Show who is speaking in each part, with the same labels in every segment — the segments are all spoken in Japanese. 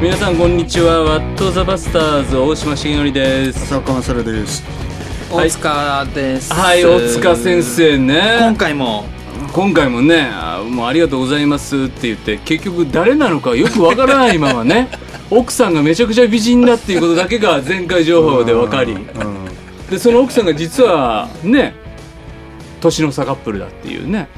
Speaker 1: 皆さんこんにちはワット・ザ・バスターズ大島重則です
Speaker 2: 浅岡勝です
Speaker 1: はい
Speaker 3: 大塚です
Speaker 1: はい大塚先生
Speaker 3: 今
Speaker 1: ね
Speaker 3: 回も
Speaker 1: 今回もねあもうありがとうございますって言って結局誰なのかよくわからないまま ね奥さんがめちゃくちゃ美人だっていうことだけが前回情報で分かり
Speaker 2: うん
Speaker 1: でその奥さんが実はね年の差カップルだっていうね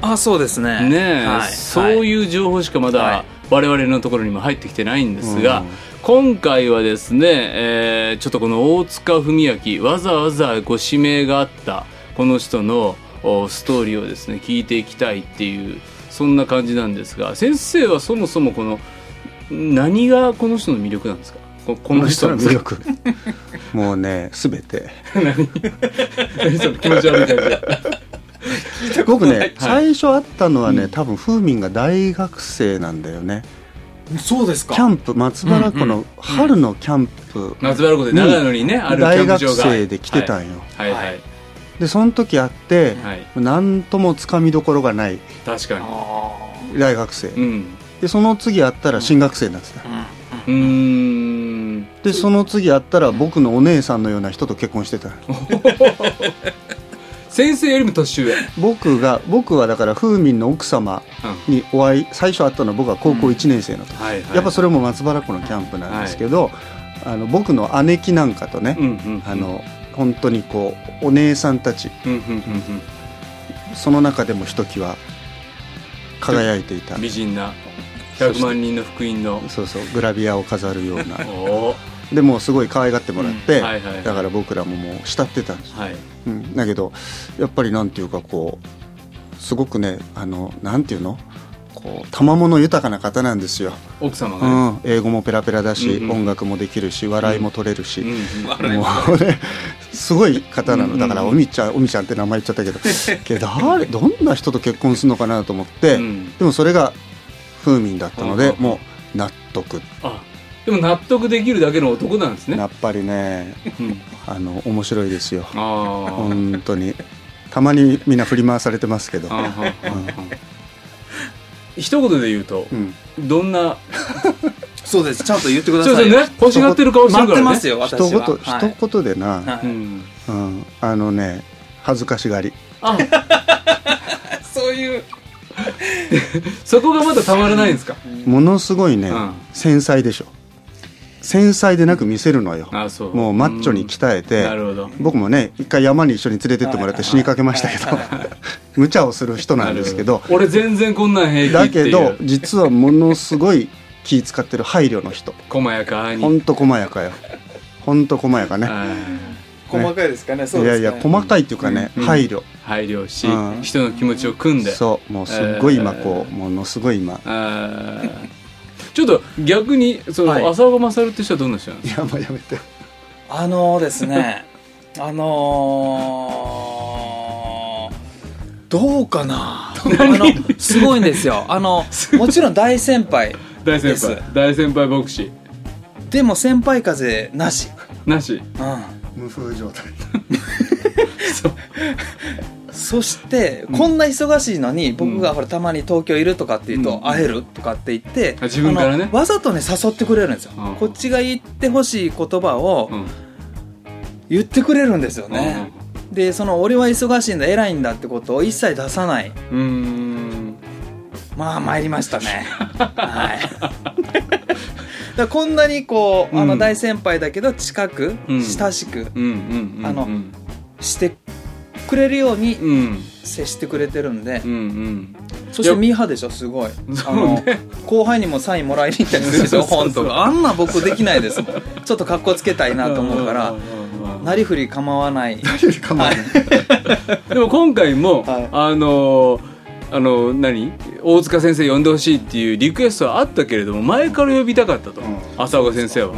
Speaker 3: あそうですね
Speaker 1: ねえ、
Speaker 3: はい、
Speaker 1: そういう情報しかま
Speaker 3: は
Speaker 1: だ
Speaker 3: い
Speaker 1: 我々のところにも入ってきてないんですが、
Speaker 2: うん
Speaker 1: 今回はですね、えーちょっとこの大塚文明わざわざご指名があったこの人のおストーリーをですね聞いていきたいっていうそんな感じなんですが先生はそもそもこの何がこの人の魅力なんですかここ
Speaker 2: こ
Speaker 1: の
Speaker 2: の
Speaker 1: 人
Speaker 2: 人
Speaker 1: の
Speaker 2: の
Speaker 1: 魅
Speaker 2: 魅
Speaker 1: 力
Speaker 2: 力 もうね全て
Speaker 1: 何 その気持ち悪い感じ
Speaker 2: 僕ね最初会ったのはね多分風民が大学生なんだよね
Speaker 3: はいそうですか
Speaker 2: キャンプ松原湖の春のキャンプ
Speaker 1: 松原湖で長野にね、あるキャ
Speaker 2: 大
Speaker 1: ンプ
Speaker 2: 学
Speaker 1: 場が
Speaker 2: 生で来てたんよ
Speaker 1: はいはい、はい
Speaker 2: でその時会って
Speaker 1: はい
Speaker 2: 何ともつかみどころがない
Speaker 1: 確か
Speaker 3: あ
Speaker 2: 大学生
Speaker 1: にうん
Speaker 2: でその次会ったら進学生になってた
Speaker 3: ー
Speaker 1: うーん
Speaker 2: でその次会ったら僕のお姉さんのような人と結婚してた
Speaker 1: 先生よりも年上、うん、
Speaker 2: 僕が僕はだから風民の奥様にお会い最初会ったのは僕は高校1年生の時
Speaker 1: はいはい
Speaker 2: やっぱそれも松原湖のキャンプなんですけど、あの僕の姉貴なんかとね、
Speaker 1: うんうんうん
Speaker 2: あの本当にこうお姉さんたち
Speaker 1: うんうんうん
Speaker 2: その中でもひときわ輝いていた
Speaker 1: うん美人な100万人の福音の
Speaker 2: そうそうグラビアを飾るような
Speaker 1: おお
Speaker 2: でもうすごい可愛がってもらって、
Speaker 1: うんはいはいはい
Speaker 2: だから僕らももう慕ってたんです、
Speaker 1: はい
Speaker 2: うん、だけどやっぱりなんていうかこうすごくねあのなんていうのこう賜物豊かな方なんですよ、
Speaker 1: 奥様
Speaker 2: う
Speaker 1: がね、
Speaker 2: ん、英語もペラペラだし、
Speaker 1: うんうん
Speaker 2: 音楽もできるし笑いも取れるし、
Speaker 1: うんうん
Speaker 2: もうね、すごい方な
Speaker 1: うんうんう
Speaker 2: の
Speaker 1: ん
Speaker 2: だからおみちゃんおみちゃんって名前言っちゃったけどけど誰どんな人と結婚するのかなと思って、
Speaker 1: うん
Speaker 2: でもそれが風民だったので、
Speaker 1: うんうん
Speaker 2: もう納得
Speaker 1: あでも納得できるだけの男なんですね、
Speaker 2: やっぱりね
Speaker 1: うん、
Speaker 2: あの面白いですよ
Speaker 1: あー
Speaker 2: 本当にたまにみんな振り回されてますけど、
Speaker 1: あー一言で言うと
Speaker 2: う、ん、
Speaker 1: どんな
Speaker 3: そうですちゃんと言ってくだ
Speaker 1: そう
Speaker 3: さ
Speaker 1: で
Speaker 3: い
Speaker 1: す
Speaker 3: よ
Speaker 1: ね欲しがってる顔してるか
Speaker 3: 待っ
Speaker 1: ら
Speaker 3: て
Speaker 1: ね
Speaker 3: ますよ私は
Speaker 2: 一言
Speaker 3: はい
Speaker 2: 一言でな、
Speaker 3: は
Speaker 1: う
Speaker 3: い
Speaker 1: ん、
Speaker 2: うん、あのね恥ずかしがり
Speaker 1: あ
Speaker 3: そういう
Speaker 1: そこがまだたまらないんですか
Speaker 2: ものすごいね、
Speaker 1: うん
Speaker 2: 繊細でしょ繊細でなく見せるのよ
Speaker 1: あそう
Speaker 2: もうマッチョに鍛えて、
Speaker 1: なるほど
Speaker 2: 僕もね一回山に一緒に連れてってもらって死にかけましたけど無茶をする人なんですけど
Speaker 1: なるほ俺全然こんなん平
Speaker 2: だ
Speaker 1: 気ってい
Speaker 2: け
Speaker 1: う
Speaker 2: ど実はものすごい気使ってる配慮の人
Speaker 1: 細やかに
Speaker 2: ほんと細やかよほんと細やかね
Speaker 1: はい
Speaker 3: 細かいですかね
Speaker 2: い
Speaker 3: そうで
Speaker 2: や
Speaker 3: す
Speaker 2: い
Speaker 3: ね
Speaker 2: や細かいっていうかね
Speaker 1: うん
Speaker 2: 配慮
Speaker 1: 配慮し
Speaker 2: うん
Speaker 1: 人の気持ちを組んで
Speaker 2: そうもうすっごい今
Speaker 1: えー
Speaker 2: こうものすごい今
Speaker 1: あーちょっと逆にそ
Speaker 3: はい
Speaker 1: の浅岡勝って人はどんな人なんで
Speaker 2: い
Speaker 1: す
Speaker 2: やもうやめて
Speaker 3: あのーで すねあのーどうかなあのすごいんですよあ のもちろん大先輩
Speaker 1: か大先
Speaker 3: で
Speaker 1: 輩大先輩牧師
Speaker 3: でも先輩風なし、
Speaker 1: なし
Speaker 3: う
Speaker 2: 無風状態
Speaker 3: ん、そして、こんな忙しいのに僕がほらたまに東京いるとかって言う
Speaker 1: うん
Speaker 3: と会えるとかって言って、
Speaker 1: あ自分からね
Speaker 3: あのわざとね誘ってくれるんですよ、
Speaker 1: うん
Speaker 3: こっちが言ってほしい言葉を
Speaker 1: うん
Speaker 3: 言ってくれるんですよね、でその俺は忙しいんだ偉いんだってことを一切出さない
Speaker 1: うん
Speaker 3: まあ参りましたねはいだ からこんなにこうあ
Speaker 1: う
Speaker 3: の
Speaker 1: ん
Speaker 3: 大先輩だけど近く、
Speaker 1: うん
Speaker 3: 親しく
Speaker 1: うんうんうん
Speaker 3: あの
Speaker 1: うん
Speaker 3: してくれるように
Speaker 1: うん
Speaker 3: 接してくれてるんで、
Speaker 1: うんうん
Speaker 3: そしてミーハーでしょすごい、
Speaker 1: そ
Speaker 3: あ
Speaker 1: う
Speaker 3: の
Speaker 1: ね
Speaker 3: 後輩にもサインもらいに行ったりするでしょ
Speaker 1: そうそう
Speaker 3: 本
Speaker 1: そう
Speaker 3: とかあんな僕できないですもんちょっと格好つけたいなと思うからなりふり構わない
Speaker 1: でも今回も、
Speaker 3: はい
Speaker 1: あのーあの何大塚先生呼んでほしいっていうリクエストはあったけれども前から呼びたかったと、
Speaker 2: うん
Speaker 1: 浅岡先生は、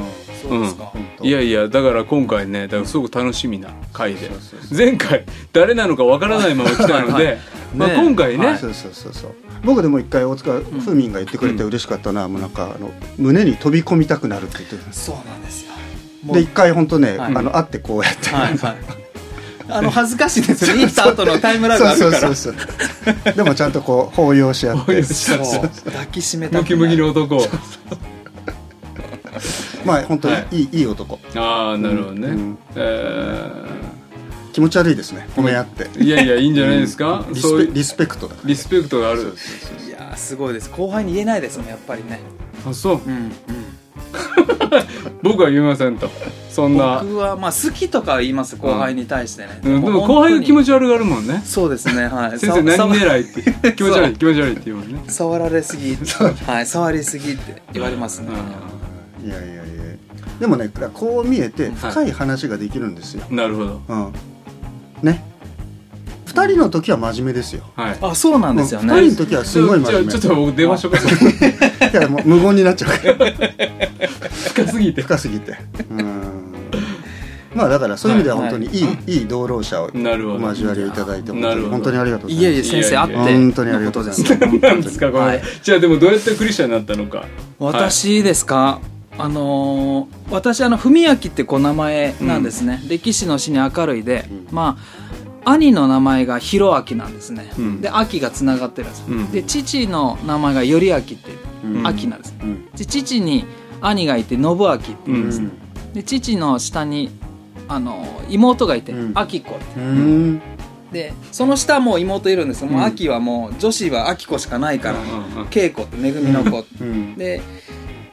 Speaker 3: そうですか、
Speaker 1: いやいやだから今回ねだからすごく楽しみな回で前回誰なのかわからないまま来たので、まあ、
Speaker 3: ね
Speaker 1: 今回ね、
Speaker 3: はい
Speaker 2: そうそうそうそう僕でも一回大塚風民が言ってくれて嬉しかったのはもうなんかあの胸に飛び込みたくなるって言ってた
Speaker 3: そうなんですよもう
Speaker 2: で一回本当ね、
Speaker 3: はい
Speaker 2: あの会ってこうやって、
Speaker 3: はいはいあの恥ずかしいですよね行った後のタイムラグ
Speaker 2: そ
Speaker 3: あ
Speaker 2: う
Speaker 3: るか
Speaker 2: そう
Speaker 3: ら
Speaker 2: そうそうでもちゃんとこう抱擁し合っ
Speaker 1: 抱
Speaker 2: て
Speaker 1: 擁し
Speaker 3: そう抱きしめた
Speaker 1: ム
Speaker 3: く
Speaker 1: キ
Speaker 3: な
Speaker 1: ムキ
Speaker 3: る
Speaker 1: の男を
Speaker 2: まあ本当に
Speaker 1: はい
Speaker 2: いい、い、い男
Speaker 1: ああなるほどね、
Speaker 2: うん
Speaker 1: え
Speaker 2: 気持ち悪いですね褒め合って、
Speaker 1: ーいやいやいいんじゃないですか、
Speaker 2: うんリ
Speaker 1: そう
Speaker 2: ス
Speaker 1: い
Speaker 2: ペ
Speaker 1: う
Speaker 2: リスペクトだから
Speaker 1: リスペクトがある
Speaker 2: そうそうそう
Speaker 3: いやーすごいです後輩に言えないですもんやっぱりね
Speaker 1: あそう
Speaker 3: うんうん
Speaker 1: 僕は言いませんとそんな
Speaker 3: 僕はまあ好きとかは言います後輩に対してね、
Speaker 1: うんでも後輩が気
Speaker 3: ち
Speaker 1: 持ち悪がるもんね
Speaker 3: そうですねはい
Speaker 1: 先生
Speaker 3: さ
Speaker 1: 何
Speaker 3: さ
Speaker 1: 狙いって気持ち悪い気持ち悪いって言うもんね
Speaker 3: 触られすぎはい触りすぎって言われますね
Speaker 2: いやいやいやでもねこう見えて深い話ができるんですよ、
Speaker 1: うんなるほど
Speaker 2: うんね二人の時は真面目ですよ
Speaker 1: はい
Speaker 3: あそうなんですよ
Speaker 2: もう二
Speaker 3: ね
Speaker 2: 人の時はすごい真
Speaker 1: ちょ
Speaker 2: 面
Speaker 1: ち
Speaker 2: 目
Speaker 1: ょっと僕電話しとかせて
Speaker 2: いやもう無言になっちゃうから
Speaker 1: 深すぎて
Speaker 2: 深すぎてうんまあだからそういう意味では
Speaker 3: はい
Speaker 2: 本当にいい、い、い同労者を
Speaker 1: なるほ
Speaker 2: お
Speaker 1: ど
Speaker 2: 交わりをいただいて本
Speaker 1: な
Speaker 2: 当
Speaker 1: る
Speaker 2: に
Speaker 1: ほど
Speaker 2: 本当にありがとうございます
Speaker 3: いえいえ先生あって
Speaker 2: 本当にありがとうございます
Speaker 3: のことです
Speaker 1: なんですかこれ、
Speaker 3: はい
Speaker 1: じゃあでもどうやってクリスチャンになったのか
Speaker 3: 私ですか、あのー私あの文明ってこう名前なんですね、歴史の死に明るいで、
Speaker 2: うん
Speaker 3: まあ兄の名前が弘明なんですね、
Speaker 1: うん
Speaker 3: で秋がつながってるんです、
Speaker 1: うん
Speaker 3: で父の名前が頼明って
Speaker 2: うん
Speaker 3: 秋なんです、
Speaker 2: うん
Speaker 3: で父に兄がいて信明って
Speaker 1: う
Speaker 2: うん
Speaker 1: ん
Speaker 3: で父の下にあの妹がいて、
Speaker 2: うん
Speaker 3: 明子って
Speaker 2: うん
Speaker 3: でその下もう妹いるんですもう
Speaker 1: うん
Speaker 3: 秋はもう女子は明子しかないから、
Speaker 1: うんうんうん
Speaker 3: 恵子って恵みの子
Speaker 2: うん
Speaker 3: で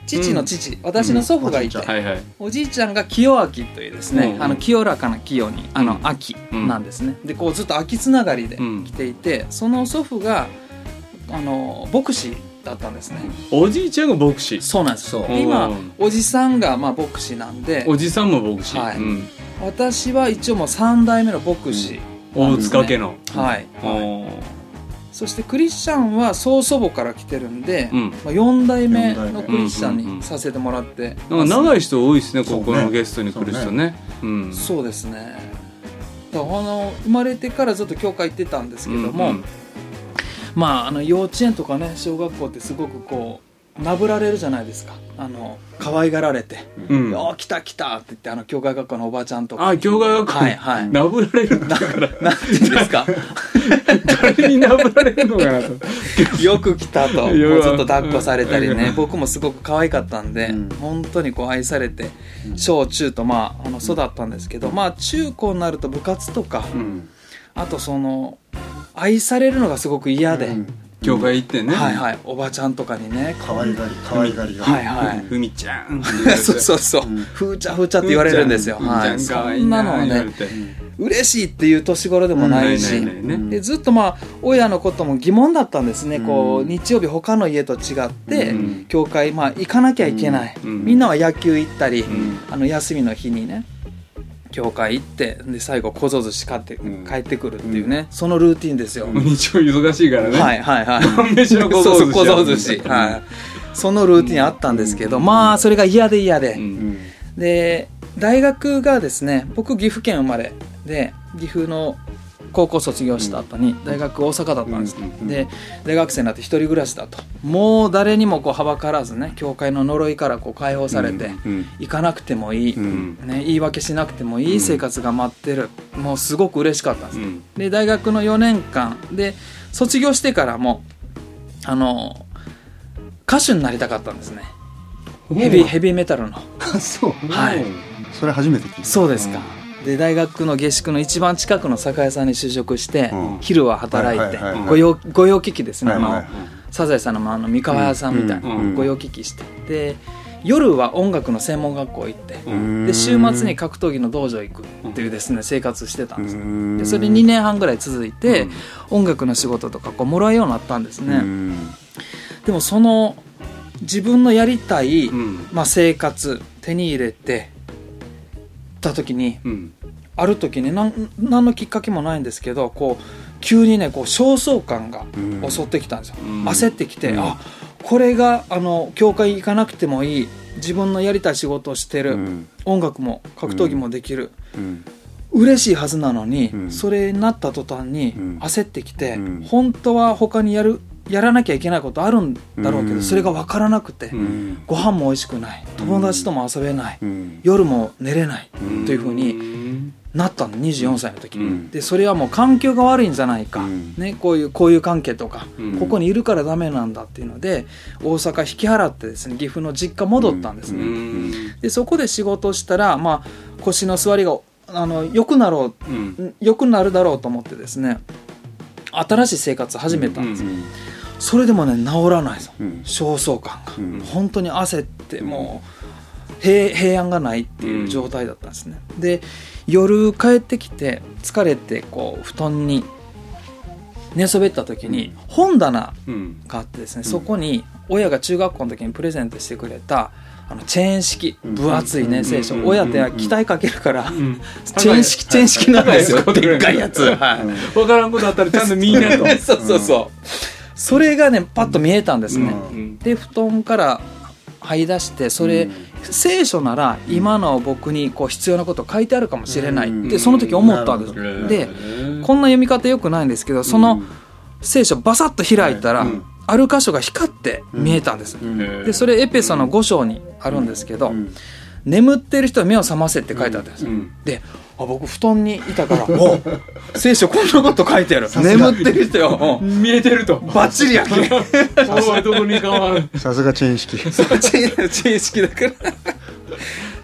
Speaker 3: 父の父、私の祖父がいて、
Speaker 2: うん
Speaker 1: はいはい
Speaker 3: おじいちゃんが清明というですね、
Speaker 1: うん
Speaker 3: あの清らかな清にあの秋なんですね、でこうずっと秋つながりで
Speaker 1: うん
Speaker 3: 来ていて、その祖父があの牧師だったんですね、
Speaker 1: おじいちゃんが牧師
Speaker 3: そうなんです
Speaker 2: そう
Speaker 3: で今
Speaker 1: うん
Speaker 3: おじさんがまあ牧師なんで
Speaker 1: おじさんも牧師、
Speaker 3: はい
Speaker 1: うん、
Speaker 3: 私は一応もう3代目の牧師、
Speaker 1: 大塚家の、
Speaker 3: はい、
Speaker 1: おー
Speaker 3: そしてクリスチャンは曽祖母から来てるんで、
Speaker 1: うん
Speaker 3: まあ、4代
Speaker 2: 四
Speaker 3: 目
Speaker 2: 代目
Speaker 3: のクリスチャンにさせてもらって
Speaker 1: なんか長い人多いですね
Speaker 2: そう
Speaker 1: こ
Speaker 2: ね
Speaker 1: このゲストに来る人ねうん
Speaker 3: そうですねだからあの生まれてからずっと教会行ってたんですけども、
Speaker 1: うん
Speaker 3: まああの幼稚園とかね小学校ってすごくこうなぶられるじゃないですかあの可愛がられて
Speaker 1: うん
Speaker 3: 「おー来た来た」って言ってあの教会学校のおばちゃんとか
Speaker 1: あ教会学校
Speaker 3: は いはい
Speaker 1: なぶられるって
Speaker 3: ななんて言うんですか
Speaker 1: 誰になぶられるのかなと
Speaker 3: よく来 たともう
Speaker 1: い
Speaker 3: ち
Speaker 1: や
Speaker 3: ょっと抱っこされたり
Speaker 1: う
Speaker 3: ね
Speaker 1: ん
Speaker 3: 僕もすごく可愛かったんで、
Speaker 2: うん
Speaker 3: 本当にこう愛されて小中とまああの育ったんですけど、まあ中高になると部活とか、
Speaker 2: うん
Speaker 3: あとその愛されるのがすごく嫌で、
Speaker 2: うん
Speaker 1: 教会行ってね
Speaker 3: はいはいおばちゃんとかにね
Speaker 2: 可愛がり可愛がりが
Speaker 3: はいはい
Speaker 1: ふみちゃん
Speaker 3: そうそうそう、
Speaker 2: うん
Speaker 3: ふーちゃふーちゃって言われるんですよ、
Speaker 1: ふみちゃん
Speaker 3: は
Speaker 1: ふ
Speaker 3: い、
Speaker 1: みちゃん可
Speaker 3: そ
Speaker 1: 愛い
Speaker 3: んなのは
Speaker 1: 言われ
Speaker 3: ね
Speaker 1: て
Speaker 3: 嬉しいっていう年頃でもないし、
Speaker 1: うんないないないね
Speaker 3: でずっとまあ親のことも疑問だったんですね、こ
Speaker 2: う
Speaker 3: うん日曜日他の家と違って、
Speaker 1: うん
Speaker 3: 教会まあ行かなきゃいけない、
Speaker 1: うん
Speaker 3: みんなは野球行ったり、
Speaker 1: ん
Speaker 3: あの休みの日にね教会行ってで最後小僧寿司買って
Speaker 2: うん
Speaker 3: 帰ってくるっていうね、そのルーティンですよ、
Speaker 1: もう日曜忙しいからね
Speaker 3: はいはいはい
Speaker 1: 晩飯の小
Speaker 3: そう
Speaker 1: 僧
Speaker 3: そ
Speaker 1: 寿
Speaker 3: う
Speaker 1: 司
Speaker 3: 小僧寿司はいそのルーティンあったんですけど、まあそれが嫌で嫌で、
Speaker 1: う
Speaker 2: うんん
Speaker 3: で大学がですね僕岐阜県生まれで岐阜の高校卒業した後に大学大阪だったんです、
Speaker 2: うんうんうん
Speaker 3: で大学生になって一人暮らしだともう誰にもこうはばからずね教会の呪いからこう解放されて、
Speaker 1: うん
Speaker 2: うん
Speaker 3: 行かなくてもいい、
Speaker 2: うん
Speaker 3: ね、言い訳しなくてもいい生活が待ってる、もうすごく嬉しかったんです
Speaker 1: う、ん
Speaker 3: で大学の4年間で卒業してからもあの歌手になりたかったんですねヘビーヘビーメタルの
Speaker 2: あそう
Speaker 3: はい
Speaker 2: それ初めて聞いた
Speaker 3: そうですかで大学の下宿の一番近くの酒屋さんに就職して、
Speaker 2: うん
Speaker 3: 昼は働いて、
Speaker 2: はいはいはいはい
Speaker 3: 御用御用聞きですね、
Speaker 2: はいはい
Speaker 3: あのサザエさんのまああの三河屋さんみたいな、
Speaker 1: うんうん
Speaker 3: 御用聞きしてで夜は音楽の専門学校行って、
Speaker 1: うん
Speaker 3: で週末に格闘技の道場行くっていうですね生活してたんですね
Speaker 2: うん
Speaker 3: でそれ2年半ぐらい続いて、
Speaker 1: うん
Speaker 3: 音楽の仕事とかこうもらうようになったんですね、
Speaker 2: うん
Speaker 3: でもその自分のやりたい、
Speaker 1: うん
Speaker 3: まあ、生活手に入れてた時に
Speaker 1: うん
Speaker 3: ある時に何何のきっかけもないんですけどこう急にねこう焦燥感が
Speaker 2: うん
Speaker 3: 襲ってきたんですよ、
Speaker 1: うん
Speaker 3: 焦ってきて、
Speaker 1: うん
Speaker 3: あこれがあの教会行かなくてもいい自分のやりたい仕事をしてる、
Speaker 2: うん
Speaker 3: 音楽も格闘技もできる、
Speaker 2: うん
Speaker 3: 嬉しいはずなのに、
Speaker 2: うん
Speaker 3: それになった途端に
Speaker 2: うん
Speaker 3: 焦ってきて、
Speaker 2: うん
Speaker 3: 本当は他にやるやらなきゃいけないことあるんだろうけど、
Speaker 2: うん
Speaker 3: それが分からなくて、
Speaker 1: うん
Speaker 2: うん
Speaker 3: ご飯も美味しくない友達とも遊べない、
Speaker 2: うん
Speaker 3: 夜も寝れない、
Speaker 1: うん
Speaker 3: というふうに
Speaker 1: ん
Speaker 3: なったの24歳の時、
Speaker 1: うん
Speaker 3: でそれはもう環境が悪いんじゃないか、
Speaker 2: うん
Speaker 3: ね、こういう交友関係とか、
Speaker 1: うん
Speaker 3: ここにいるからダメなんだっていうので大阪引き払ってですね岐阜の実家戻ったんです
Speaker 1: う
Speaker 3: ね、
Speaker 1: ん
Speaker 3: でそこで仕事をしたら、まあ、腰の座りがあの良くなろ
Speaker 1: うん
Speaker 3: う良くなるだろうと思ってですね新しい生活始めたんです、
Speaker 1: うん
Speaker 3: それでもね治らないですよ
Speaker 2: うん
Speaker 3: 焦燥感が、
Speaker 2: うん
Speaker 3: 本当に焦ってもう平平安がないっていう状態だったんですね、で夜帰ってきて疲れてこう布団に寝そべった時に本棚
Speaker 1: うん
Speaker 3: があってですね、そこに親が中学校の時にプレゼントしてくれたあのチェーン式
Speaker 2: うん
Speaker 3: 分厚いね聖書、
Speaker 1: うん
Speaker 3: 親って期待かけるから、
Speaker 1: うん
Speaker 3: チェーン式チェーン式なんですよ
Speaker 1: 高いやつ
Speaker 3: でっかいやつ、はい
Speaker 1: わからんことあったらちゃんと見いなと
Speaker 3: そうそうそう、それがねパッと見えたんですね、
Speaker 2: うん
Speaker 1: うん
Speaker 3: で布団から這い出してそれ、
Speaker 2: うん
Speaker 3: 聖書なら今の僕にこう必要なこと書いてあるかもしれない
Speaker 2: うん
Speaker 3: ってその時思ったんです、
Speaker 2: なるほど
Speaker 3: で
Speaker 1: うん
Speaker 3: こんな読み方よくないんですけどその聖書バサッと開いたら、
Speaker 2: うん
Speaker 3: ある箇所が光って見えたんです、
Speaker 1: うん
Speaker 3: でそれエペソの5章にあるんですけど「眠ってる人は目を覚ませ」って書いてあったんです、
Speaker 1: うん
Speaker 3: であ僕布団にいたから「お 聖書こんなこと書いてある
Speaker 2: すが
Speaker 3: 眠ってる人ようん
Speaker 1: 見えてると
Speaker 3: バッチリやけ」
Speaker 1: おいどこにかわん
Speaker 2: さすがチェーン式
Speaker 3: 知知識だから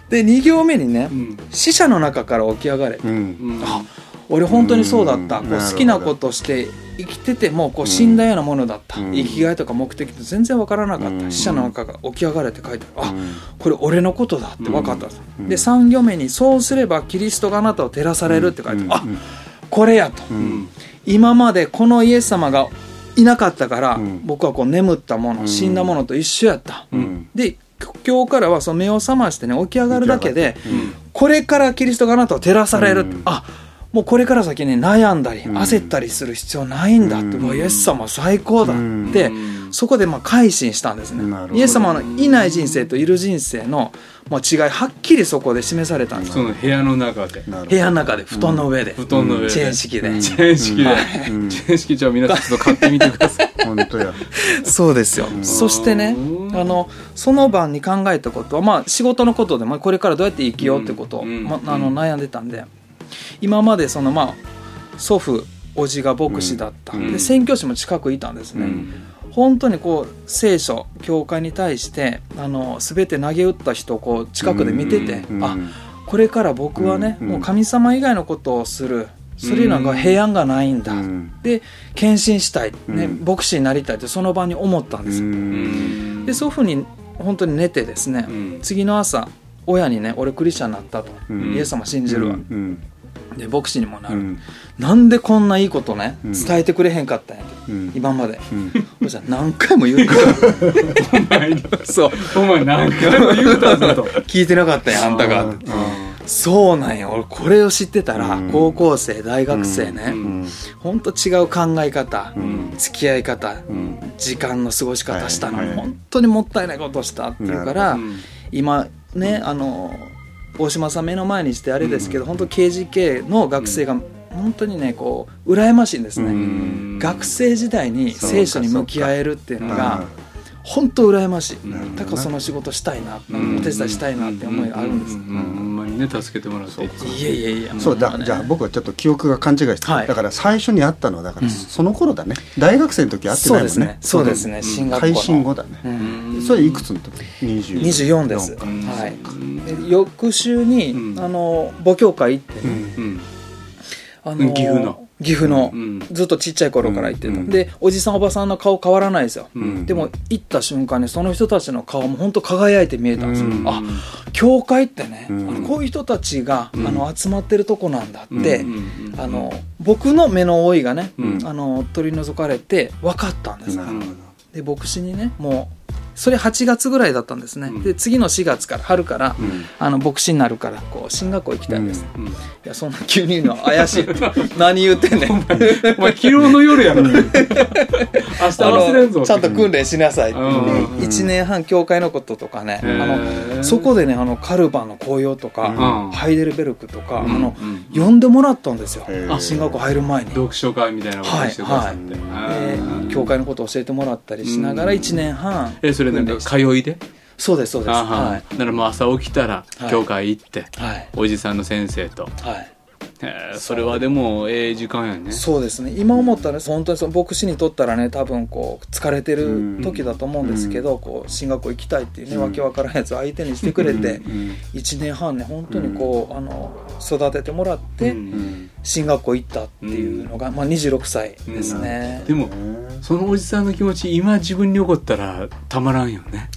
Speaker 3: で2行目にね
Speaker 1: うん
Speaker 3: 「死者の中から起き上がれ」
Speaker 2: うん
Speaker 1: うん
Speaker 3: あ俺本当にそうだっ
Speaker 2: う
Speaker 3: たこ
Speaker 2: ん
Speaker 3: う
Speaker 2: なるほど
Speaker 3: 好きなことして生きててもこう死んだようなものだった
Speaker 2: うん
Speaker 3: 生きがいとか目的と全然わからなかっ
Speaker 2: う
Speaker 3: た
Speaker 2: ん
Speaker 3: 死者の中が起き上がれって書いてあるあ
Speaker 2: うん
Speaker 3: これ俺のことだって分かったんです
Speaker 2: うん
Speaker 3: で3行目に「そうすればキリストがあなたを照らされる」って書いてあるあこれやと
Speaker 2: う
Speaker 1: うんん
Speaker 3: 今までこのイエス様がいなかったから
Speaker 2: うん
Speaker 3: 僕はこう眠ったも
Speaker 2: う
Speaker 3: の
Speaker 2: ん
Speaker 3: 死んだものと一緒やった
Speaker 2: うんうん
Speaker 3: で今日からはその目を覚ましてね起き上がるだけで
Speaker 1: うん
Speaker 3: これからキリストがあなたを照らされる、
Speaker 2: うん
Speaker 3: あもうこれから先ね悩んだり
Speaker 2: うん
Speaker 3: 焦ったりする必要ないんだって、
Speaker 2: うん
Speaker 3: もうイエス様最高だって、
Speaker 1: うん
Speaker 3: そこでまあ改心したんですね
Speaker 2: なるほど
Speaker 3: イエス様のいない人生といる人生のもう違いはっきりそこで示されたんです、
Speaker 1: その部屋の中で
Speaker 2: なるほど
Speaker 3: 部屋の中で布団の上で、
Speaker 1: 布団の上で
Speaker 3: チェーン式で、
Speaker 2: うん
Speaker 1: チェーン式で
Speaker 2: うん
Speaker 1: チェーン式じゃあ皆さんちょっと買ってみてください
Speaker 2: 本当や
Speaker 3: そうですよ、
Speaker 2: うん
Speaker 3: そしてね
Speaker 1: うん
Speaker 3: あのその晩に考えたことは、まあ、仕事のことで、まあ、これからどうやって生きようってことを、
Speaker 1: うん
Speaker 3: ま
Speaker 1: うん
Speaker 3: あの悩んでたんで今までその、まあ、祖父叔父が牧師だった、
Speaker 1: うん
Speaker 3: で宣教師も近くいたんです
Speaker 1: う
Speaker 3: ね、
Speaker 1: ん
Speaker 3: 本当にこう聖書教会に対してあの全て投げ打った人をこう近くで見てて、
Speaker 2: うん
Speaker 3: あこれから僕はね、
Speaker 2: うん
Speaker 3: もう神様以外のことをするそれなんか平安がないんだ、
Speaker 2: うん
Speaker 3: で献身したい、ね
Speaker 2: うん
Speaker 3: 牧師になりたいってその場に思ったん
Speaker 2: う
Speaker 3: ですよ、
Speaker 2: ん
Speaker 1: うん
Speaker 3: で祖父に本当に寝てですね、
Speaker 1: うん
Speaker 3: 次の朝親にね「俺クリスチャンになった」と「
Speaker 2: うん
Speaker 3: イエス様信じるわ
Speaker 2: う」ん
Speaker 3: で牧師にもな
Speaker 2: う
Speaker 3: る、
Speaker 2: ん
Speaker 3: なんでこんないいことね
Speaker 2: うん
Speaker 3: 伝えてくれへんかったんや」
Speaker 2: う
Speaker 3: と
Speaker 2: ん
Speaker 3: 今まで
Speaker 2: うん
Speaker 3: おじゃん何回も言うか
Speaker 1: お
Speaker 3: ら
Speaker 1: 前
Speaker 3: そう
Speaker 1: お前何回も言うたぞと
Speaker 3: 聞いてなかったんやあんたが
Speaker 2: うん
Speaker 3: そうなんや俺これを知ってたら、
Speaker 2: うん
Speaker 3: 高校生大学生ね、
Speaker 1: うん
Speaker 2: うん
Speaker 3: ほんと違う考え方、
Speaker 2: うん
Speaker 3: 付き合い方、
Speaker 2: うん
Speaker 3: 時間の過ごし方したの、
Speaker 2: はいはい
Speaker 3: 本当にもったいないことをしたっていうから、
Speaker 1: うん
Speaker 3: 今ねあの大島さん目の前にしてあれですけど、本当 KGK の学生が本当にねこう羨ましいんですね、
Speaker 1: うん
Speaker 3: 学生時代に聖書に向き合えるっていうのが本当羨ましい、
Speaker 1: なるほど
Speaker 2: な
Speaker 3: だからその仕事したいな、
Speaker 1: うん
Speaker 3: お手伝いしたいなって思いがあるんです、
Speaker 1: ううううんほんまにね助けてもらって
Speaker 3: いやいやいや
Speaker 2: そうだ
Speaker 3: もね
Speaker 2: じゃあ僕はちょっと記憶が勘違いして
Speaker 3: はい
Speaker 2: ただから最初に会ったのはだから
Speaker 3: うん
Speaker 2: その頃だね大学生の時会って
Speaker 3: そ
Speaker 2: な
Speaker 3: う
Speaker 2: い
Speaker 3: で
Speaker 2: もん
Speaker 3: すね
Speaker 2: ね
Speaker 3: そうですね、
Speaker 1: ん
Speaker 3: 進学校
Speaker 2: 改
Speaker 3: の
Speaker 2: 心後だね
Speaker 3: うん
Speaker 2: それいくつの時20
Speaker 3: 24です、
Speaker 2: う
Speaker 1: うん
Speaker 3: はい
Speaker 1: うん
Speaker 3: で翌週に、
Speaker 1: うん
Speaker 3: あの母教会行って、
Speaker 2: うん
Speaker 1: うん
Speaker 3: あの
Speaker 1: 岐阜の
Speaker 3: 岐阜の、
Speaker 1: うん
Speaker 3: ずっとちっちゃい頃から行ってた、
Speaker 2: うん
Speaker 3: でおじさんおばさんの顔変わらないですよ、
Speaker 1: うん
Speaker 3: でも行った瞬間にその人たちの顔も本当輝いて見えたんですよ、
Speaker 2: うん
Speaker 3: あ教会ってね、
Speaker 2: うん
Speaker 3: あのこういう人たちが、
Speaker 1: うん
Speaker 3: あの集まってるとこなんだって、
Speaker 1: うんうんうん
Speaker 3: あの僕の目の老いがね、
Speaker 1: うん
Speaker 3: あの取り除かれて分かったんです、
Speaker 2: な
Speaker 1: う
Speaker 2: る
Speaker 1: ん
Speaker 2: ほど
Speaker 3: で牧師にねもうそれ8月ぐらいだったんですね、
Speaker 1: うん
Speaker 3: で次の4月から春から、
Speaker 2: うん
Speaker 3: あの牧師になるからこう進学校行きたいです、
Speaker 1: うん
Speaker 3: いやそんな急に言うのは 怪しい何言ってんねん
Speaker 1: お前昨日の夜やろ 明日忘れんぞ
Speaker 3: ちゃんと訓練しなさいって、
Speaker 1: うん
Speaker 3: 1年半教会のこととかね、
Speaker 1: へー
Speaker 3: あのそこでねあのカルバンの紅葉とか、
Speaker 1: うん
Speaker 3: ハイデルベルクとか、
Speaker 1: うん
Speaker 3: あの
Speaker 1: うん
Speaker 3: 呼んでもらったんですよ、
Speaker 2: へー
Speaker 3: 進学校入る前に。
Speaker 1: 読書会みたいなことしてくださって
Speaker 2: はい
Speaker 3: で
Speaker 1: うん
Speaker 3: 教会のことを教えてもらったりしながら
Speaker 1: うん
Speaker 3: 1年半
Speaker 1: えそれなんか通いで
Speaker 3: そうですそうです
Speaker 1: あ
Speaker 3: は
Speaker 1: はならもう朝起きたら
Speaker 3: はい
Speaker 1: 教会行って
Speaker 3: いはい
Speaker 1: おじさんの先生と
Speaker 3: はい
Speaker 1: へえそれはでもええ時間やね
Speaker 3: そうですね今思ったら本当にその牧師にとったらね多分こう疲れてる時だと思うんですけど、こう進学校行きたいっていうね、
Speaker 2: うん
Speaker 3: わけわからんやつを相手にしてくれて
Speaker 2: う、ん
Speaker 3: 1年半ね本当にこう、あの育ててもらって、
Speaker 1: う
Speaker 2: うんん
Speaker 3: 進学校行ったっていうのが、まあ、26歳ですね、
Speaker 1: でもそのおじさんの気持ち今自分に起こったらたまらんよね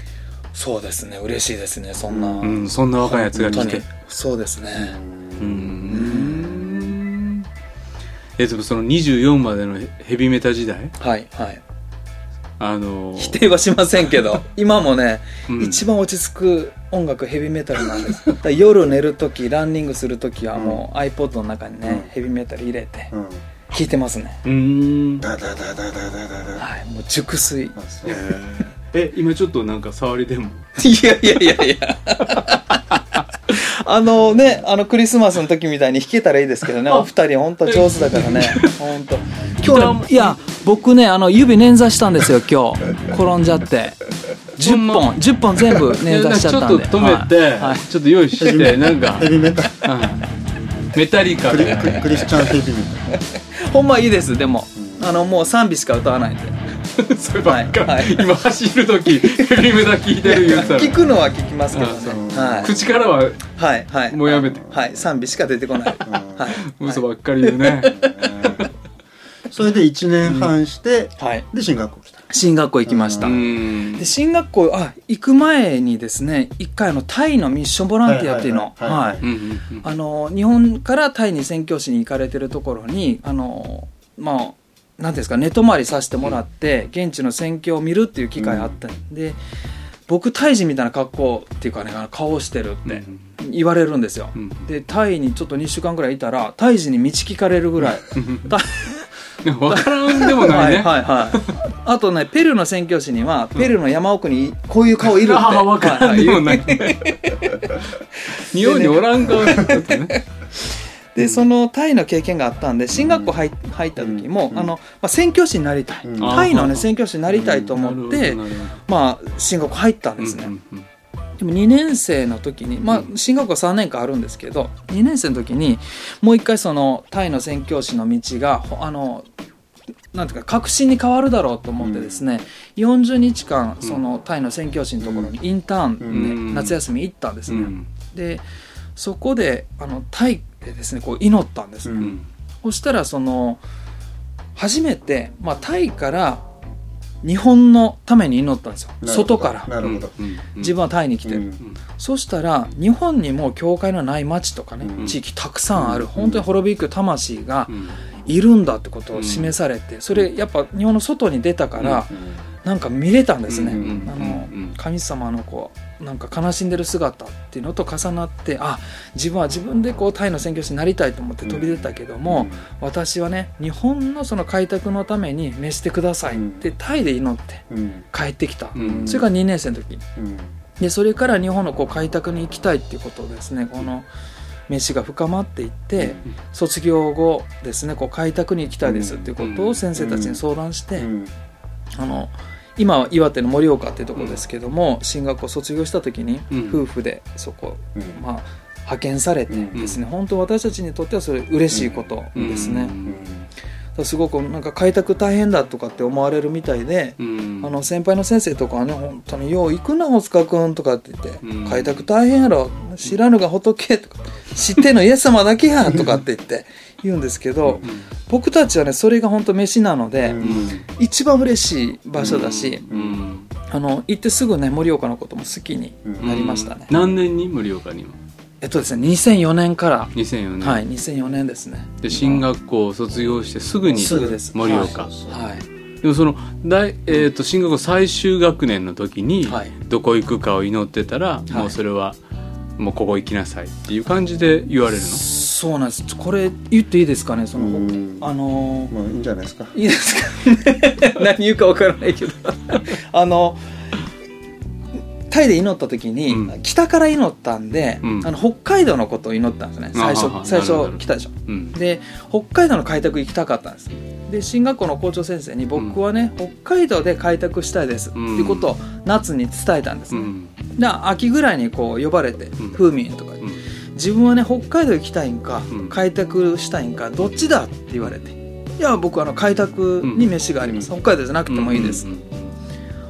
Speaker 3: そうですね嬉しいですねそんな、
Speaker 1: うんそんな若いやつが来て
Speaker 3: 本当にそうですね、
Speaker 1: うーんえでもその24までのヘビメタ時代
Speaker 3: はいはい
Speaker 1: あの
Speaker 3: 否定はしません けど今もね、
Speaker 1: うん
Speaker 3: 一番落ち着く音楽ヘビーメタルなんですだから夜寝る時ランニングする時はもう iPod の中にね、
Speaker 2: うん
Speaker 3: ヘビーメタル入れて
Speaker 2: うん
Speaker 3: 聴いてますね、
Speaker 1: うーん
Speaker 2: ダダダダダダダダ
Speaker 3: はいもう熟睡い
Speaker 2: あそう
Speaker 1: え今ちょっとなんか触りでも
Speaker 3: や いやいやいや あのねあのクリスマスの時みたいに弾けたらいいですけどねお二人本当上手だから ね本当
Speaker 1: ター
Speaker 3: 今
Speaker 1: も
Speaker 3: 日、ね、いや僕ねあの指捻挫したんですよ今 日転んじゃって10
Speaker 1: ほんま
Speaker 3: 本10本全部
Speaker 1: いや
Speaker 3: 捻
Speaker 1: なん
Speaker 3: 挫
Speaker 1: か
Speaker 3: し
Speaker 1: ち
Speaker 3: ち
Speaker 1: ょ
Speaker 3: ゃ
Speaker 1: っ
Speaker 3: った
Speaker 1: と
Speaker 3: んで
Speaker 1: 止めて、
Speaker 3: はいはい
Speaker 1: ちょっと用意 してなんか、
Speaker 2: ヘビメタル
Speaker 1: うんメタリカ
Speaker 2: クリ
Speaker 1: で
Speaker 2: クリクリスチャンヘビメタル
Speaker 3: ほんまいいですでも、
Speaker 2: うん
Speaker 3: あのもう賛美しか歌わないんで
Speaker 1: そればっか、
Speaker 3: はいはい
Speaker 1: 今走る時ヘビメタ聞いてる言うてたら
Speaker 3: 聞くのは聞きますけど
Speaker 1: あ
Speaker 3: ね
Speaker 1: そう
Speaker 3: はい
Speaker 1: 口からは
Speaker 3: はいはい
Speaker 1: もうやめて
Speaker 3: はい賛美しか出てこない、はい
Speaker 1: 嘘ばっかり言うね、
Speaker 2: それで1年半して
Speaker 3: はい
Speaker 2: で進学校来た
Speaker 3: 進学校行きました、
Speaker 1: うーん
Speaker 3: で進学校あ行く前にですね一回あのタイのミッションボランティアっていうの
Speaker 2: はいはいはいはい
Speaker 3: はい
Speaker 1: うんうんうん
Speaker 3: あの日本からタイに宣教師に行かれてるところにあのまあ何ですか寝泊まりさせてもらって、現地の宣教を見るっていう機会あったんで、僕タイ人みたいな格好っていうかねあの顔をしてるって言われるんですよ、
Speaker 1: うん
Speaker 3: でタイにちょっと2週間ぐらいいたらタイ人に道聞かれるぐらい、タイ
Speaker 1: 分からんでもないね、
Speaker 3: はいはいはいあとねペルーの宣教師にはペルーの山奥にこういう顔いるって、
Speaker 1: ああ分から
Speaker 3: は
Speaker 1: ん
Speaker 3: い
Speaker 1: でもないね日本におらん顔だったってね
Speaker 3: でそのタイの経験があったんで進学校入っ入った時も、
Speaker 2: うん
Speaker 3: あのまあ、宣教師になりたい、
Speaker 2: うん
Speaker 3: タイの、
Speaker 1: あー
Speaker 3: ね、宣教師になりたいと思って、
Speaker 1: なるほどなるほ
Speaker 3: まあ、進学校入ったん
Speaker 1: ど
Speaker 3: ですね、
Speaker 1: うんうん
Speaker 3: でも2年生の時に、まあ
Speaker 1: う、
Speaker 3: 進学校3年間あるんですけど2年生の時にもう一回そのタイの宣教師の道がほあのなんていうか確信に変わるだろうと思ってですね、40日間そのタイの宣教師のところにインターンで
Speaker 1: うん
Speaker 3: 夏休み行ったんです
Speaker 1: う
Speaker 3: ね、
Speaker 1: ん
Speaker 3: でそこであのタイでですねこう祈ったんです、
Speaker 2: う
Speaker 1: うんん
Speaker 3: そしたらその初めて、まあ、タイから日本のために祈ったんですよ
Speaker 2: なるほど
Speaker 3: 外から
Speaker 2: なるほど
Speaker 1: うんうん
Speaker 3: 自分はタイに来てる、
Speaker 2: うん
Speaker 3: そしたら日本にも教会のない町とかね、
Speaker 2: うん
Speaker 3: 地域たくさんある、
Speaker 2: うん
Speaker 3: 本当に滅びゆく魂が
Speaker 1: うん
Speaker 3: いるんだってことを示されて、それやっぱ日本の外に出たから、なんか見れたんですね、
Speaker 1: うんうん
Speaker 3: あ
Speaker 1: う
Speaker 3: の
Speaker 1: ん
Speaker 3: 神様のこうなんか悲しんでる姿っていうのと重なってあ自分は自分でこうタイの宣教師になりたいと思って飛び出たけども、私はね日本のその開拓のために召してくださいってタイで祈って
Speaker 2: うん
Speaker 3: 帰ってきた、
Speaker 1: うん
Speaker 3: それから2年生の時
Speaker 2: うん
Speaker 3: でそれから日本のこう開拓に行きたいっていうことをですねこの飯が深まっていって卒業後ですねこう開拓に行きたいですっていうことを先生たちに相談し
Speaker 2: う
Speaker 3: て、
Speaker 2: ん
Speaker 3: あの今は岩手の盛岡っていうところですけども進学校卒業した時に
Speaker 1: うん
Speaker 3: 夫婦でそこ、
Speaker 2: うん
Speaker 3: まあ、派遣されてですね本当私たちにとってはそれ嬉しいことですね。だからすごくなんか開拓大変だとかって思われるみたいで
Speaker 1: うん
Speaker 3: あの先輩の先生とかはね本当に「よう行くな大塚君」とかって言って
Speaker 1: うん
Speaker 3: 「開拓大変やろ知らぬが仏」とか「知ってんのイエス様だけや」とかって言って言うんですけど
Speaker 1: うん
Speaker 3: 僕たちはねそれが本当飯なので
Speaker 1: うん
Speaker 3: 一番嬉しい場所だし
Speaker 1: うん
Speaker 3: あの行ってすぐね盛岡のことも好きになりましたね
Speaker 1: うん何年に盛岡には
Speaker 3: えっとですね2004年から
Speaker 1: 2004年、
Speaker 3: はい2004年ですね
Speaker 1: で進学校を卒業してすぐに
Speaker 3: すぐです
Speaker 1: 盛岡、
Speaker 3: はい
Speaker 1: でもその大、えー、と進学校最終学年の時に
Speaker 3: はい
Speaker 1: どこ行くかを祈ってたら、
Speaker 3: い
Speaker 1: もうそれはもうここ行きなさいっていう感じで言われるの
Speaker 3: そうなんですこれ言っていいですかねその
Speaker 2: うん
Speaker 3: あのー
Speaker 2: もういいんじゃないですか
Speaker 3: いいですか 何言うか分からないけど あのタイで祈った時に、
Speaker 1: うん
Speaker 3: 北から祈ったんで、
Speaker 1: うん
Speaker 3: あの北海道のことを祈ったんですね最
Speaker 1: あはは
Speaker 3: 初最
Speaker 1: なるほど
Speaker 3: 初来たでしょ
Speaker 1: うん
Speaker 3: で北海道の開拓行きたかったんですで進学校の校長先生に僕はね、北海道で開拓したいです、
Speaker 1: うん
Speaker 3: っていうことを夏に伝えたんです
Speaker 1: う
Speaker 3: ね、
Speaker 1: ん
Speaker 3: で秋ぐらいにこう呼ばれて、
Speaker 1: ん
Speaker 3: 風民とか
Speaker 1: うん
Speaker 3: 自分はね北海道行きたいんか、
Speaker 1: うん
Speaker 3: 開拓したいんかどっちだって言われていや僕あの開拓に飯があります、北海道じゃなくてもいいです、
Speaker 1: うんうん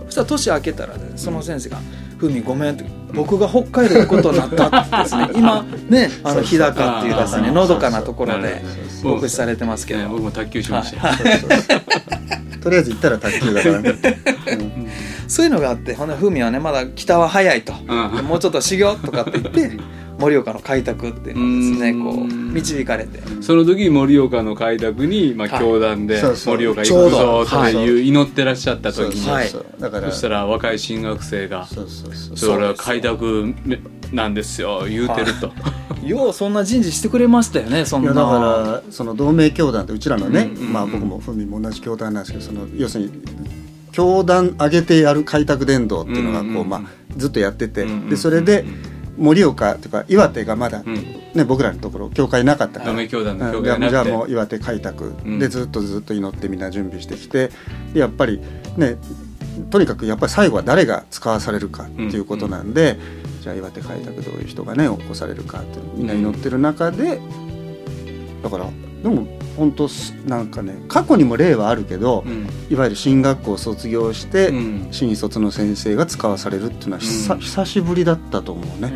Speaker 3: そしたら年明けたらね、その先生が「ふみごめん」って「僕が北海道行くことになった」ってです ね今ねあの日高っていうですね
Speaker 1: あー
Speaker 3: のどかなとこ
Speaker 1: な
Speaker 3: ろ
Speaker 1: る
Speaker 3: で
Speaker 1: ほど
Speaker 3: 牧師されてますけ
Speaker 1: ね
Speaker 3: ど
Speaker 1: 僕も卓球しましたよ
Speaker 2: とりあえず行ったら卓球だからね、 うん
Speaker 3: そういうのがあってほんでふみはねまだ北は早いと
Speaker 1: うん
Speaker 3: もうちょっと修行とかって言って盛岡の開拓っていうのをですね
Speaker 1: うん
Speaker 3: こう導かれて
Speaker 1: その時盛岡の開拓に、まあ、
Speaker 3: はい
Speaker 1: 教団で
Speaker 2: そうそう
Speaker 1: 盛岡行く
Speaker 2: ちょ
Speaker 1: ぞ
Speaker 2: うど
Speaker 1: っていう祈ってらっしゃった
Speaker 2: そう
Speaker 1: 時
Speaker 2: そう
Speaker 1: に、
Speaker 3: はい
Speaker 2: そうだから
Speaker 1: そしたら若い新学生が
Speaker 2: そうそうそう
Speaker 1: 「それは開拓なんですよ」言うてると、
Speaker 3: ようそんな人事してくれましたよねそん
Speaker 2: い
Speaker 3: な
Speaker 2: やだからその同盟教団ってうちらのね、
Speaker 1: うんうんうん
Speaker 2: まあ、僕もふみも同じ教団なんですけどその要するに教団上げてやる開拓伝道っていうのがこう、
Speaker 1: うんうんうん
Speaker 2: まあ、ずっとやってて、
Speaker 1: うんうんうん
Speaker 2: でそれで盛岡とか岩手がまだ、
Speaker 1: う
Speaker 2: ね
Speaker 1: ん、
Speaker 2: 僕らのところ教会なかったから。
Speaker 1: 同盟教団の
Speaker 2: う
Speaker 1: 教
Speaker 2: んじ
Speaker 1: 会
Speaker 2: ゃあ
Speaker 1: になって
Speaker 2: もうじゃあもう岩手開拓
Speaker 1: うん
Speaker 2: でずっとずっと祈ってみんな準備してきてでやっぱりねとにかくやっぱり最後は誰が使わされるかっていうことなんで、じゃあ岩手開拓どういう人がね起こされるかってみんな祈ってる中で、だからでも本当すなんかね過去にも例はあるけど、
Speaker 1: うん
Speaker 2: いわゆる進学校を卒業し
Speaker 1: う
Speaker 2: て、
Speaker 1: ん
Speaker 2: 新卒の先生が使わされるっていうのは久,、
Speaker 1: うん
Speaker 2: 久しぶりだったと思うね。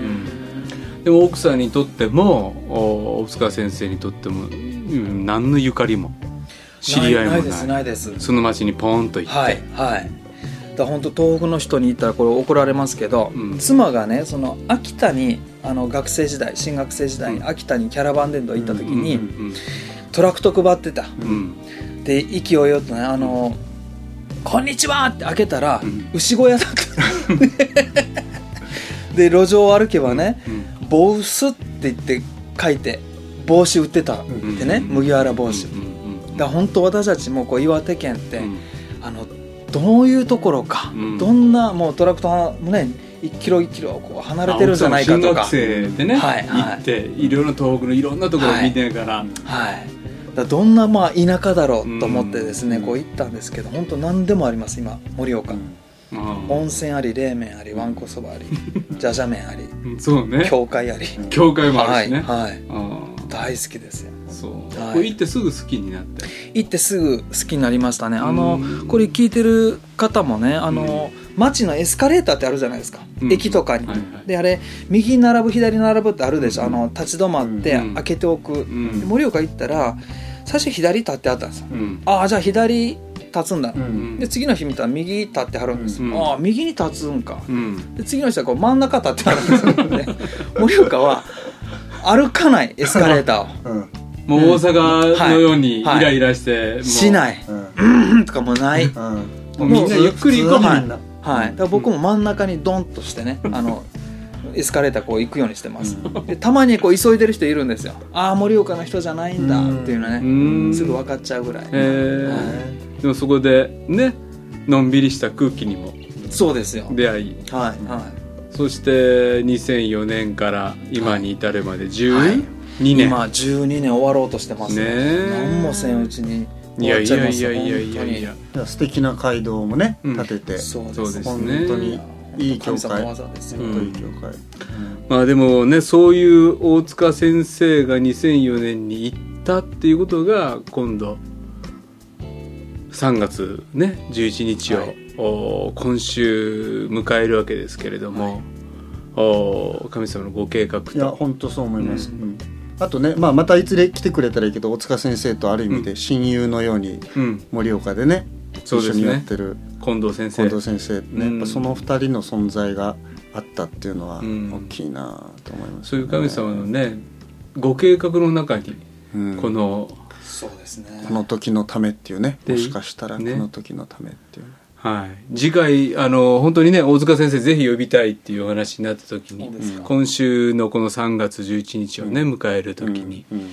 Speaker 1: でも奥さんにとってもお大塚先生にとっても、うん、何のゆかりも知り合いもない
Speaker 3: ないですないです
Speaker 1: その町にポーンと行って、
Speaker 3: はいはいだ本当東北の人に言ったらこれ怒られますけど、
Speaker 1: うん
Speaker 3: 妻がねその秋田にあの学生時代進学生時代
Speaker 1: うん
Speaker 3: に秋田にキャラバン電動行った時に、
Speaker 1: うんうん
Speaker 3: トラクト配ってた
Speaker 1: うんうん
Speaker 3: で意気揚々とね「あのこんにちは!」って開けたら、
Speaker 1: うん
Speaker 3: 牛小屋だったで路上を歩けばね
Speaker 1: うん
Speaker 3: 「ボウス」って言って書いて帽子売ってたってね、
Speaker 1: うん
Speaker 3: 麦わら帽子、
Speaker 1: うんうんうん
Speaker 3: だから本当私たちもこう岩手県って、
Speaker 1: うん
Speaker 3: あのどういうところか、
Speaker 1: うん
Speaker 3: どんなもうトラクターもね1キロ1キロこう離れてるんじゃないかとか
Speaker 1: あ奥さんも進学生でね、
Speaker 3: はいはい
Speaker 1: 行っていろいろ東北のいろんなところを見てから、
Speaker 3: はい、だからどんなまあ田舎だろうと思ってですね、
Speaker 1: うん
Speaker 3: こう行ったんですけど本当何でもあります今盛岡、温泉あり冷麺ありわんこそばあ りじゃじゃ麺あり
Speaker 1: うんそうね
Speaker 3: 教会あり
Speaker 1: 教会もあるしね、
Speaker 3: はい、はい、
Speaker 1: うん
Speaker 3: 大好きですよ
Speaker 1: そう、
Speaker 3: はい
Speaker 1: これ行ってすぐ好きになって
Speaker 3: 行ってすぐ好きになりましたねあの
Speaker 1: うん
Speaker 3: これ聞いてる方もねあの、街のエスカレーターってあるじゃないですか、
Speaker 1: うん
Speaker 3: 駅とかに、
Speaker 1: はいはい
Speaker 3: であれ右に並ぶ左に並ぶってあるでしょ、あの立ち止まって
Speaker 1: うん
Speaker 3: 開けておく、
Speaker 1: ん
Speaker 3: で盛岡行ったら最初左立ってあったんですよ
Speaker 1: うん
Speaker 3: ああじゃあ左立つんだ、
Speaker 1: うん
Speaker 3: で次の日見たら右立ってはるんです、
Speaker 1: うん
Speaker 3: ああ右に立つんか
Speaker 1: うん
Speaker 3: で次の人はこう真ん中立ってはるんで すよで盛岡は歩かないエスカレーターを
Speaker 2: うん
Speaker 1: もう大阪のようにイ
Speaker 3: はい
Speaker 1: ライラして、もう
Speaker 3: しない
Speaker 2: うん
Speaker 3: うんとかもない
Speaker 2: うん
Speaker 1: もうみんなゆっくり行こう
Speaker 2: 普通はみんな
Speaker 3: はい、だから僕も真ん中にドンとしてね、あのエスカレーターこう行くようにしてます、
Speaker 2: うん
Speaker 3: でたまにこう急いでる人いるんですよああ盛岡の人じゃないんだっていうの
Speaker 1: う
Speaker 3: ね、
Speaker 1: ん
Speaker 3: すぐ分かっちゃうぐらい、
Speaker 1: へーでもそこでねのんびりした空気にも
Speaker 3: そうですよ
Speaker 1: 出会い
Speaker 3: はいは
Speaker 1: そして2004年から今に至るまで12
Speaker 3: い、
Speaker 1: 年、
Speaker 3: 今12年終わろうとしてます
Speaker 1: ねえ
Speaker 3: 何もせんうちに
Speaker 1: い
Speaker 3: 終
Speaker 1: や
Speaker 3: わっ
Speaker 1: い
Speaker 3: ちゃい
Speaker 1: や
Speaker 3: ま
Speaker 1: い
Speaker 3: す
Speaker 1: や
Speaker 3: よ
Speaker 1: いやいやいや
Speaker 3: 本
Speaker 2: いや素敵な街道もね
Speaker 1: うん
Speaker 2: 立て
Speaker 3: 当
Speaker 2: て、
Speaker 3: にそうです
Speaker 1: そうです
Speaker 2: 本
Speaker 1: ね
Speaker 2: 当にいい教
Speaker 3: 神様
Speaker 2: 会
Speaker 3: の技ですよ、
Speaker 1: うん
Speaker 2: 本当にいい教会、
Speaker 1: まあでもねそういう大塚先生が2004年に行ったっていうことが今度3月ね11日を、
Speaker 3: はい
Speaker 1: お今週迎えるわけですけれども、お神様のご計画
Speaker 2: いや
Speaker 1: と
Speaker 2: 本当そう思います、うんあとね、まあ、またいずれ来てくれたらいいけど大塚先生とある意味で親友のように
Speaker 1: うん、
Speaker 2: 盛岡でね、
Speaker 1: そう
Speaker 2: 一
Speaker 1: で
Speaker 2: 緒
Speaker 1: す
Speaker 2: にやっ
Speaker 1: ね
Speaker 2: てる
Speaker 1: 近藤先生
Speaker 2: 近藤先生ね、
Speaker 1: うん
Speaker 2: やっぱその二人の存在があったっていうのは
Speaker 1: うん
Speaker 2: 大きいなと思います、
Speaker 1: そういう神様のねご計画の中に
Speaker 2: うん
Speaker 1: この、
Speaker 3: そうですね
Speaker 2: この時のためっていうね
Speaker 1: で
Speaker 2: もしかしたらこ
Speaker 1: ね
Speaker 2: の時のためっていうね、
Speaker 1: はい、次回あの本当にね大塚先生ぜひ呼びたいっていうお話になった時に
Speaker 3: そうですか
Speaker 1: 今週のこの3月11日をね迎える時に、
Speaker 2: うんうん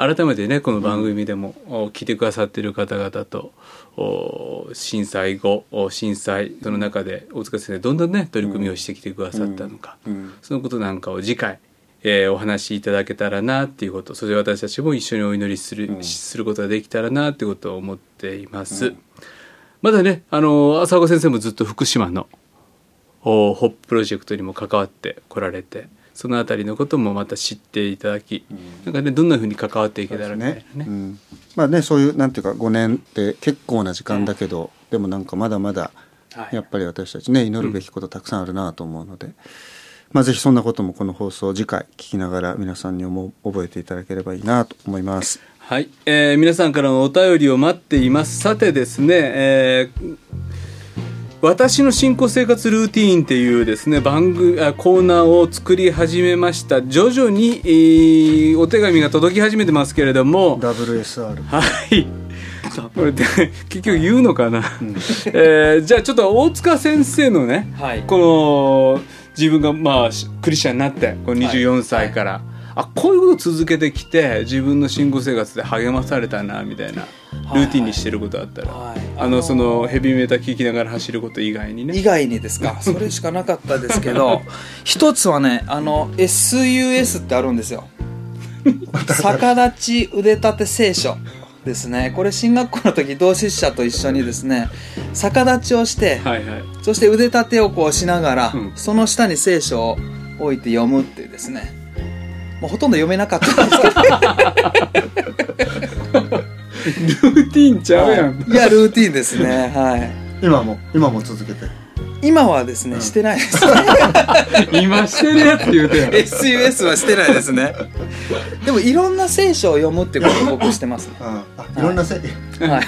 Speaker 1: 改めてねこの番組でも、お聞いてくださってる方々とお震災後お震災その中で大塚先生どんなね取り組みをしてきてくださったのか、
Speaker 2: うん
Speaker 1: そのことなんかを次回、えーお話しいただけたらなっていうことそして私たちも一緒にお祈りする,、
Speaker 2: うん
Speaker 1: することができたらなっていうことを思っています。まだねあの浅岡先生もずっと福島のおホッププロジェクトにも関わってこられてそのあたりのこともまた知っていただき、なんかねどんなふうに関わっていけたらみたい
Speaker 2: ね
Speaker 1: なね
Speaker 2: うん、まあねそういうなんていうか5年って結構な時間だけど、でもなんかまだまだ
Speaker 3: はい
Speaker 2: やっぱり私たちね祈るべきことたくさんあるなと思うので、まあぜひそんなこともこの放送次回聞きながら皆さんにも覚えていただければいいなと思います。
Speaker 1: はい、えー皆さんからのお便りを待っていますさてですね、えー私の新婚生活ルーティーンっていうですね番組あコーナーを作り始めました徐々に、えーお手紙が届き始めてますけれども
Speaker 2: WSR
Speaker 1: はいこれで結局言うのかな、えーじゃあちょっと大塚先生のね、
Speaker 3: はい
Speaker 1: この自分がまあしクリスチャンになってこの24歳から、あこういうことを続けてきて自分の信仰生活で励まされたなみたいなルーティンにしてることあったら、
Speaker 3: はい
Speaker 1: あのそのヘビーメタ聴きながら走ること以外に
Speaker 3: 以
Speaker 1: ね。
Speaker 3: 外にで すかそれしかなかったですけど一つはねあの SUS ってあるんですよ 逆立ち腕立て聖書ですねこれ進学校の時同志社と一緒にですね逆立ちをして、
Speaker 1: はいはい、
Speaker 3: そして腕立てをこうしながら、
Speaker 1: うん
Speaker 3: その下に聖書を置いて読むっていうですねもうほとんど読めなかったんです けど
Speaker 1: ルーティンちゃうやん、
Speaker 3: いやルーティンですねはい
Speaker 2: 今も今も続けて
Speaker 3: 今はですね、してないです
Speaker 1: 今してるやつ言う てやん
Speaker 3: SUS はしてないですねでもいろんな聖書を読むってことを僕してますね、
Speaker 2: あいろんなせ、い、
Speaker 3: はい、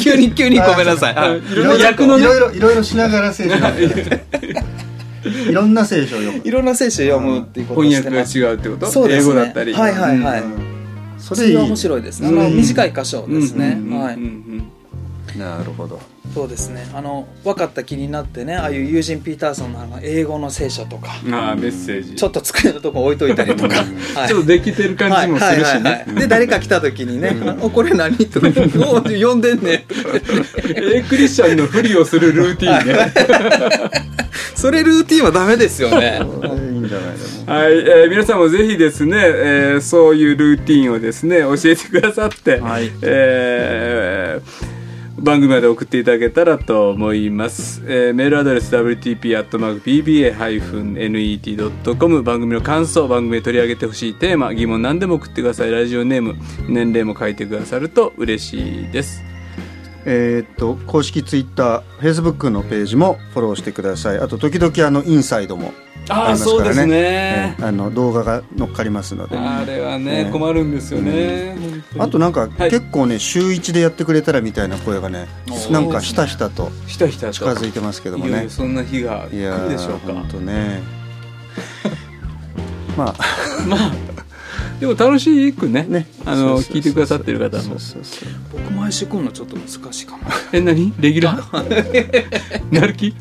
Speaker 3: 急に急にごめんなさいはい
Speaker 1: いろんな役のね
Speaker 2: いろいろいろいろしながら聖書を読むいろんな聖書を読む
Speaker 3: いろんな聖書を読むっていうことを
Speaker 1: 翻
Speaker 3: して
Speaker 1: 訳が
Speaker 3: ます
Speaker 1: 違うってこと、
Speaker 3: そうで
Speaker 1: 英
Speaker 3: すね
Speaker 1: 語だったり
Speaker 3: はいはいはい、
Speaker 2: うんそ
Speaker 3: それ
Speaker 2: いい
Speaker 3: は面白いですねあ
Speaker 1: う
Speaker 3: の
Speaker 1: ん
Speaker 3: 短い箇所ですね、
Speaker 1: うんうんうんうん
Speaker 3: はい
Speaker 2: なるほど
Speaker 3: そうですねあの分かった気になってねああいうユージン・ピーターソンのあの英語の聖書とか
Speaker 1: ああメッセージ
Speaker 3: ちょっと机のとこ置いといたりとか、はい
Speaker 1: ちょっとできてる感じもするし
Speaker 3: はいはい
Speaker 1: ね
Speaker 3: はいで誰か来た時にね「おこれ何?」とか「 お呼んでんねん」とか
Speaker 1: A クリスチャンのふりをするルーティン ね
Speaker 3: それルーティンはダメですよね
Speaker 2: これいいんじゃないでも
Speaker 1: はい、えー皆さんもぜひですね、えーそういうルーティンをですね教えてくださって、
Speaker 2: はい
Speaker 1: えー番組まで送っていただけたらと思います、えーメールアドレス wtp.pba-net.com 番組の感想番組で取り上げてほしいテーマ疑問何でも送ってくださいラジオネーム年齢も書いてくださると嬉しいです
Speaker 2: えーっと公式ツイッターフェイスブックのページもフォローしてくださいあと時々あのインサイドもありますからねえーあの動画が乗っかりますので
Speaker 1: あれはね
Speaker 2: ね
Speaker 1: 困るんですよね、
Speaker 2: あとなんか
Speaker 1: はい
Speaker 2: 結構ね週一でやってくれたらみたいな声がね
Speaker 1: お
Speaker 2: なんかひたひたと
Speaker 1: ひたひたと
Speaker 2: 近づいてますけども
Speaker 1: いよい
Speaker 2: ね
Speaker 1: よそんな日が
Speaker 2: い
Speaker 1: 来
Speaker 2: や
Speaker 1: るでしょ
Speaker 2: ー
Speaker 1: うか
Speaker 2: 本当ね まあ
Speaker 1: でも楽しいくね
Speaker 2: ね
Speaker 1: あの
Speaker 2: そうそうそうそう
Speaker 1: 聞いてくださってる方も
Speaker 2: そうそうそう
Speaker 3: 僕毎週来るのちょっと難しいかも
Speaker 1: え何レギュラー なる気い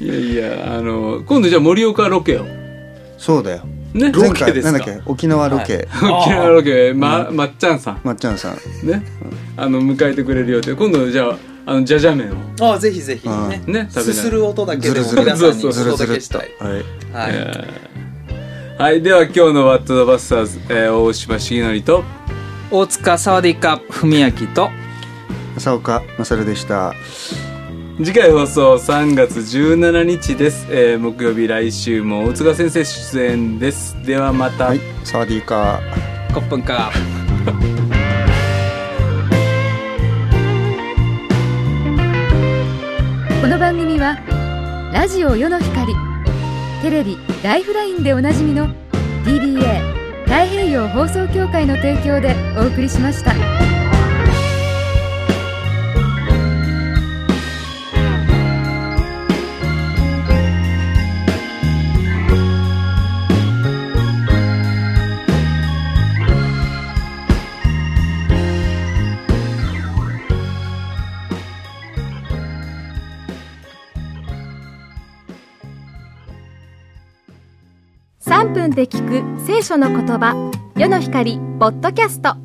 Speaker 1: やいやあの今度じゃあ盛岡ロケをね
Speaker 2: そうだよ
Speaker 1: ロ
Speaker 2: 前回なんだっけ沖縄ロケ、
Speaker 1: 沖縄ロケままっちゃんさん
Speaker 2: まっちゃんさん
Speaker 1: ねあの迎えてくれるよって今度じゃああのじゃじゃ麺を
Speaker 3: ああぜひぜひね,、
Speaker 1: うんね食べない
Speaker 3: すする音だけ
Speaker 2: ず
Speaker 3: で
Speaker 2: る
Speaker 3: も
Speaker 2: ずる
Speaker 3: 皆さんに
Speaker 1: そう
Speaker 3: お
Speaker 1: そ
Speaker 3: 届けしたい
Speaker 2: はい
Speaker 3: はい、
Speaker 1: はいでは今日の「ワット・ザ・バスターズ」えー大島重則と
Speaker 3: 大塚サワディカ文明と
Speaker 2: 浅岡勝でした
Speaker 1: 次回放送3月17日です、えー木曜日来週も大塚先生出演ですではまた、
Speaker 2: はいサワディーカー
Speaker 3: コップンカー
Speaker 4: この番組はラジオ世の光テレビ「ライフライン」でおなじみの DBA 太平洋放送協会の提供でお送りしました。
Speaker 5: 3分で聞く聖書の言葉世の光ポッドキャスト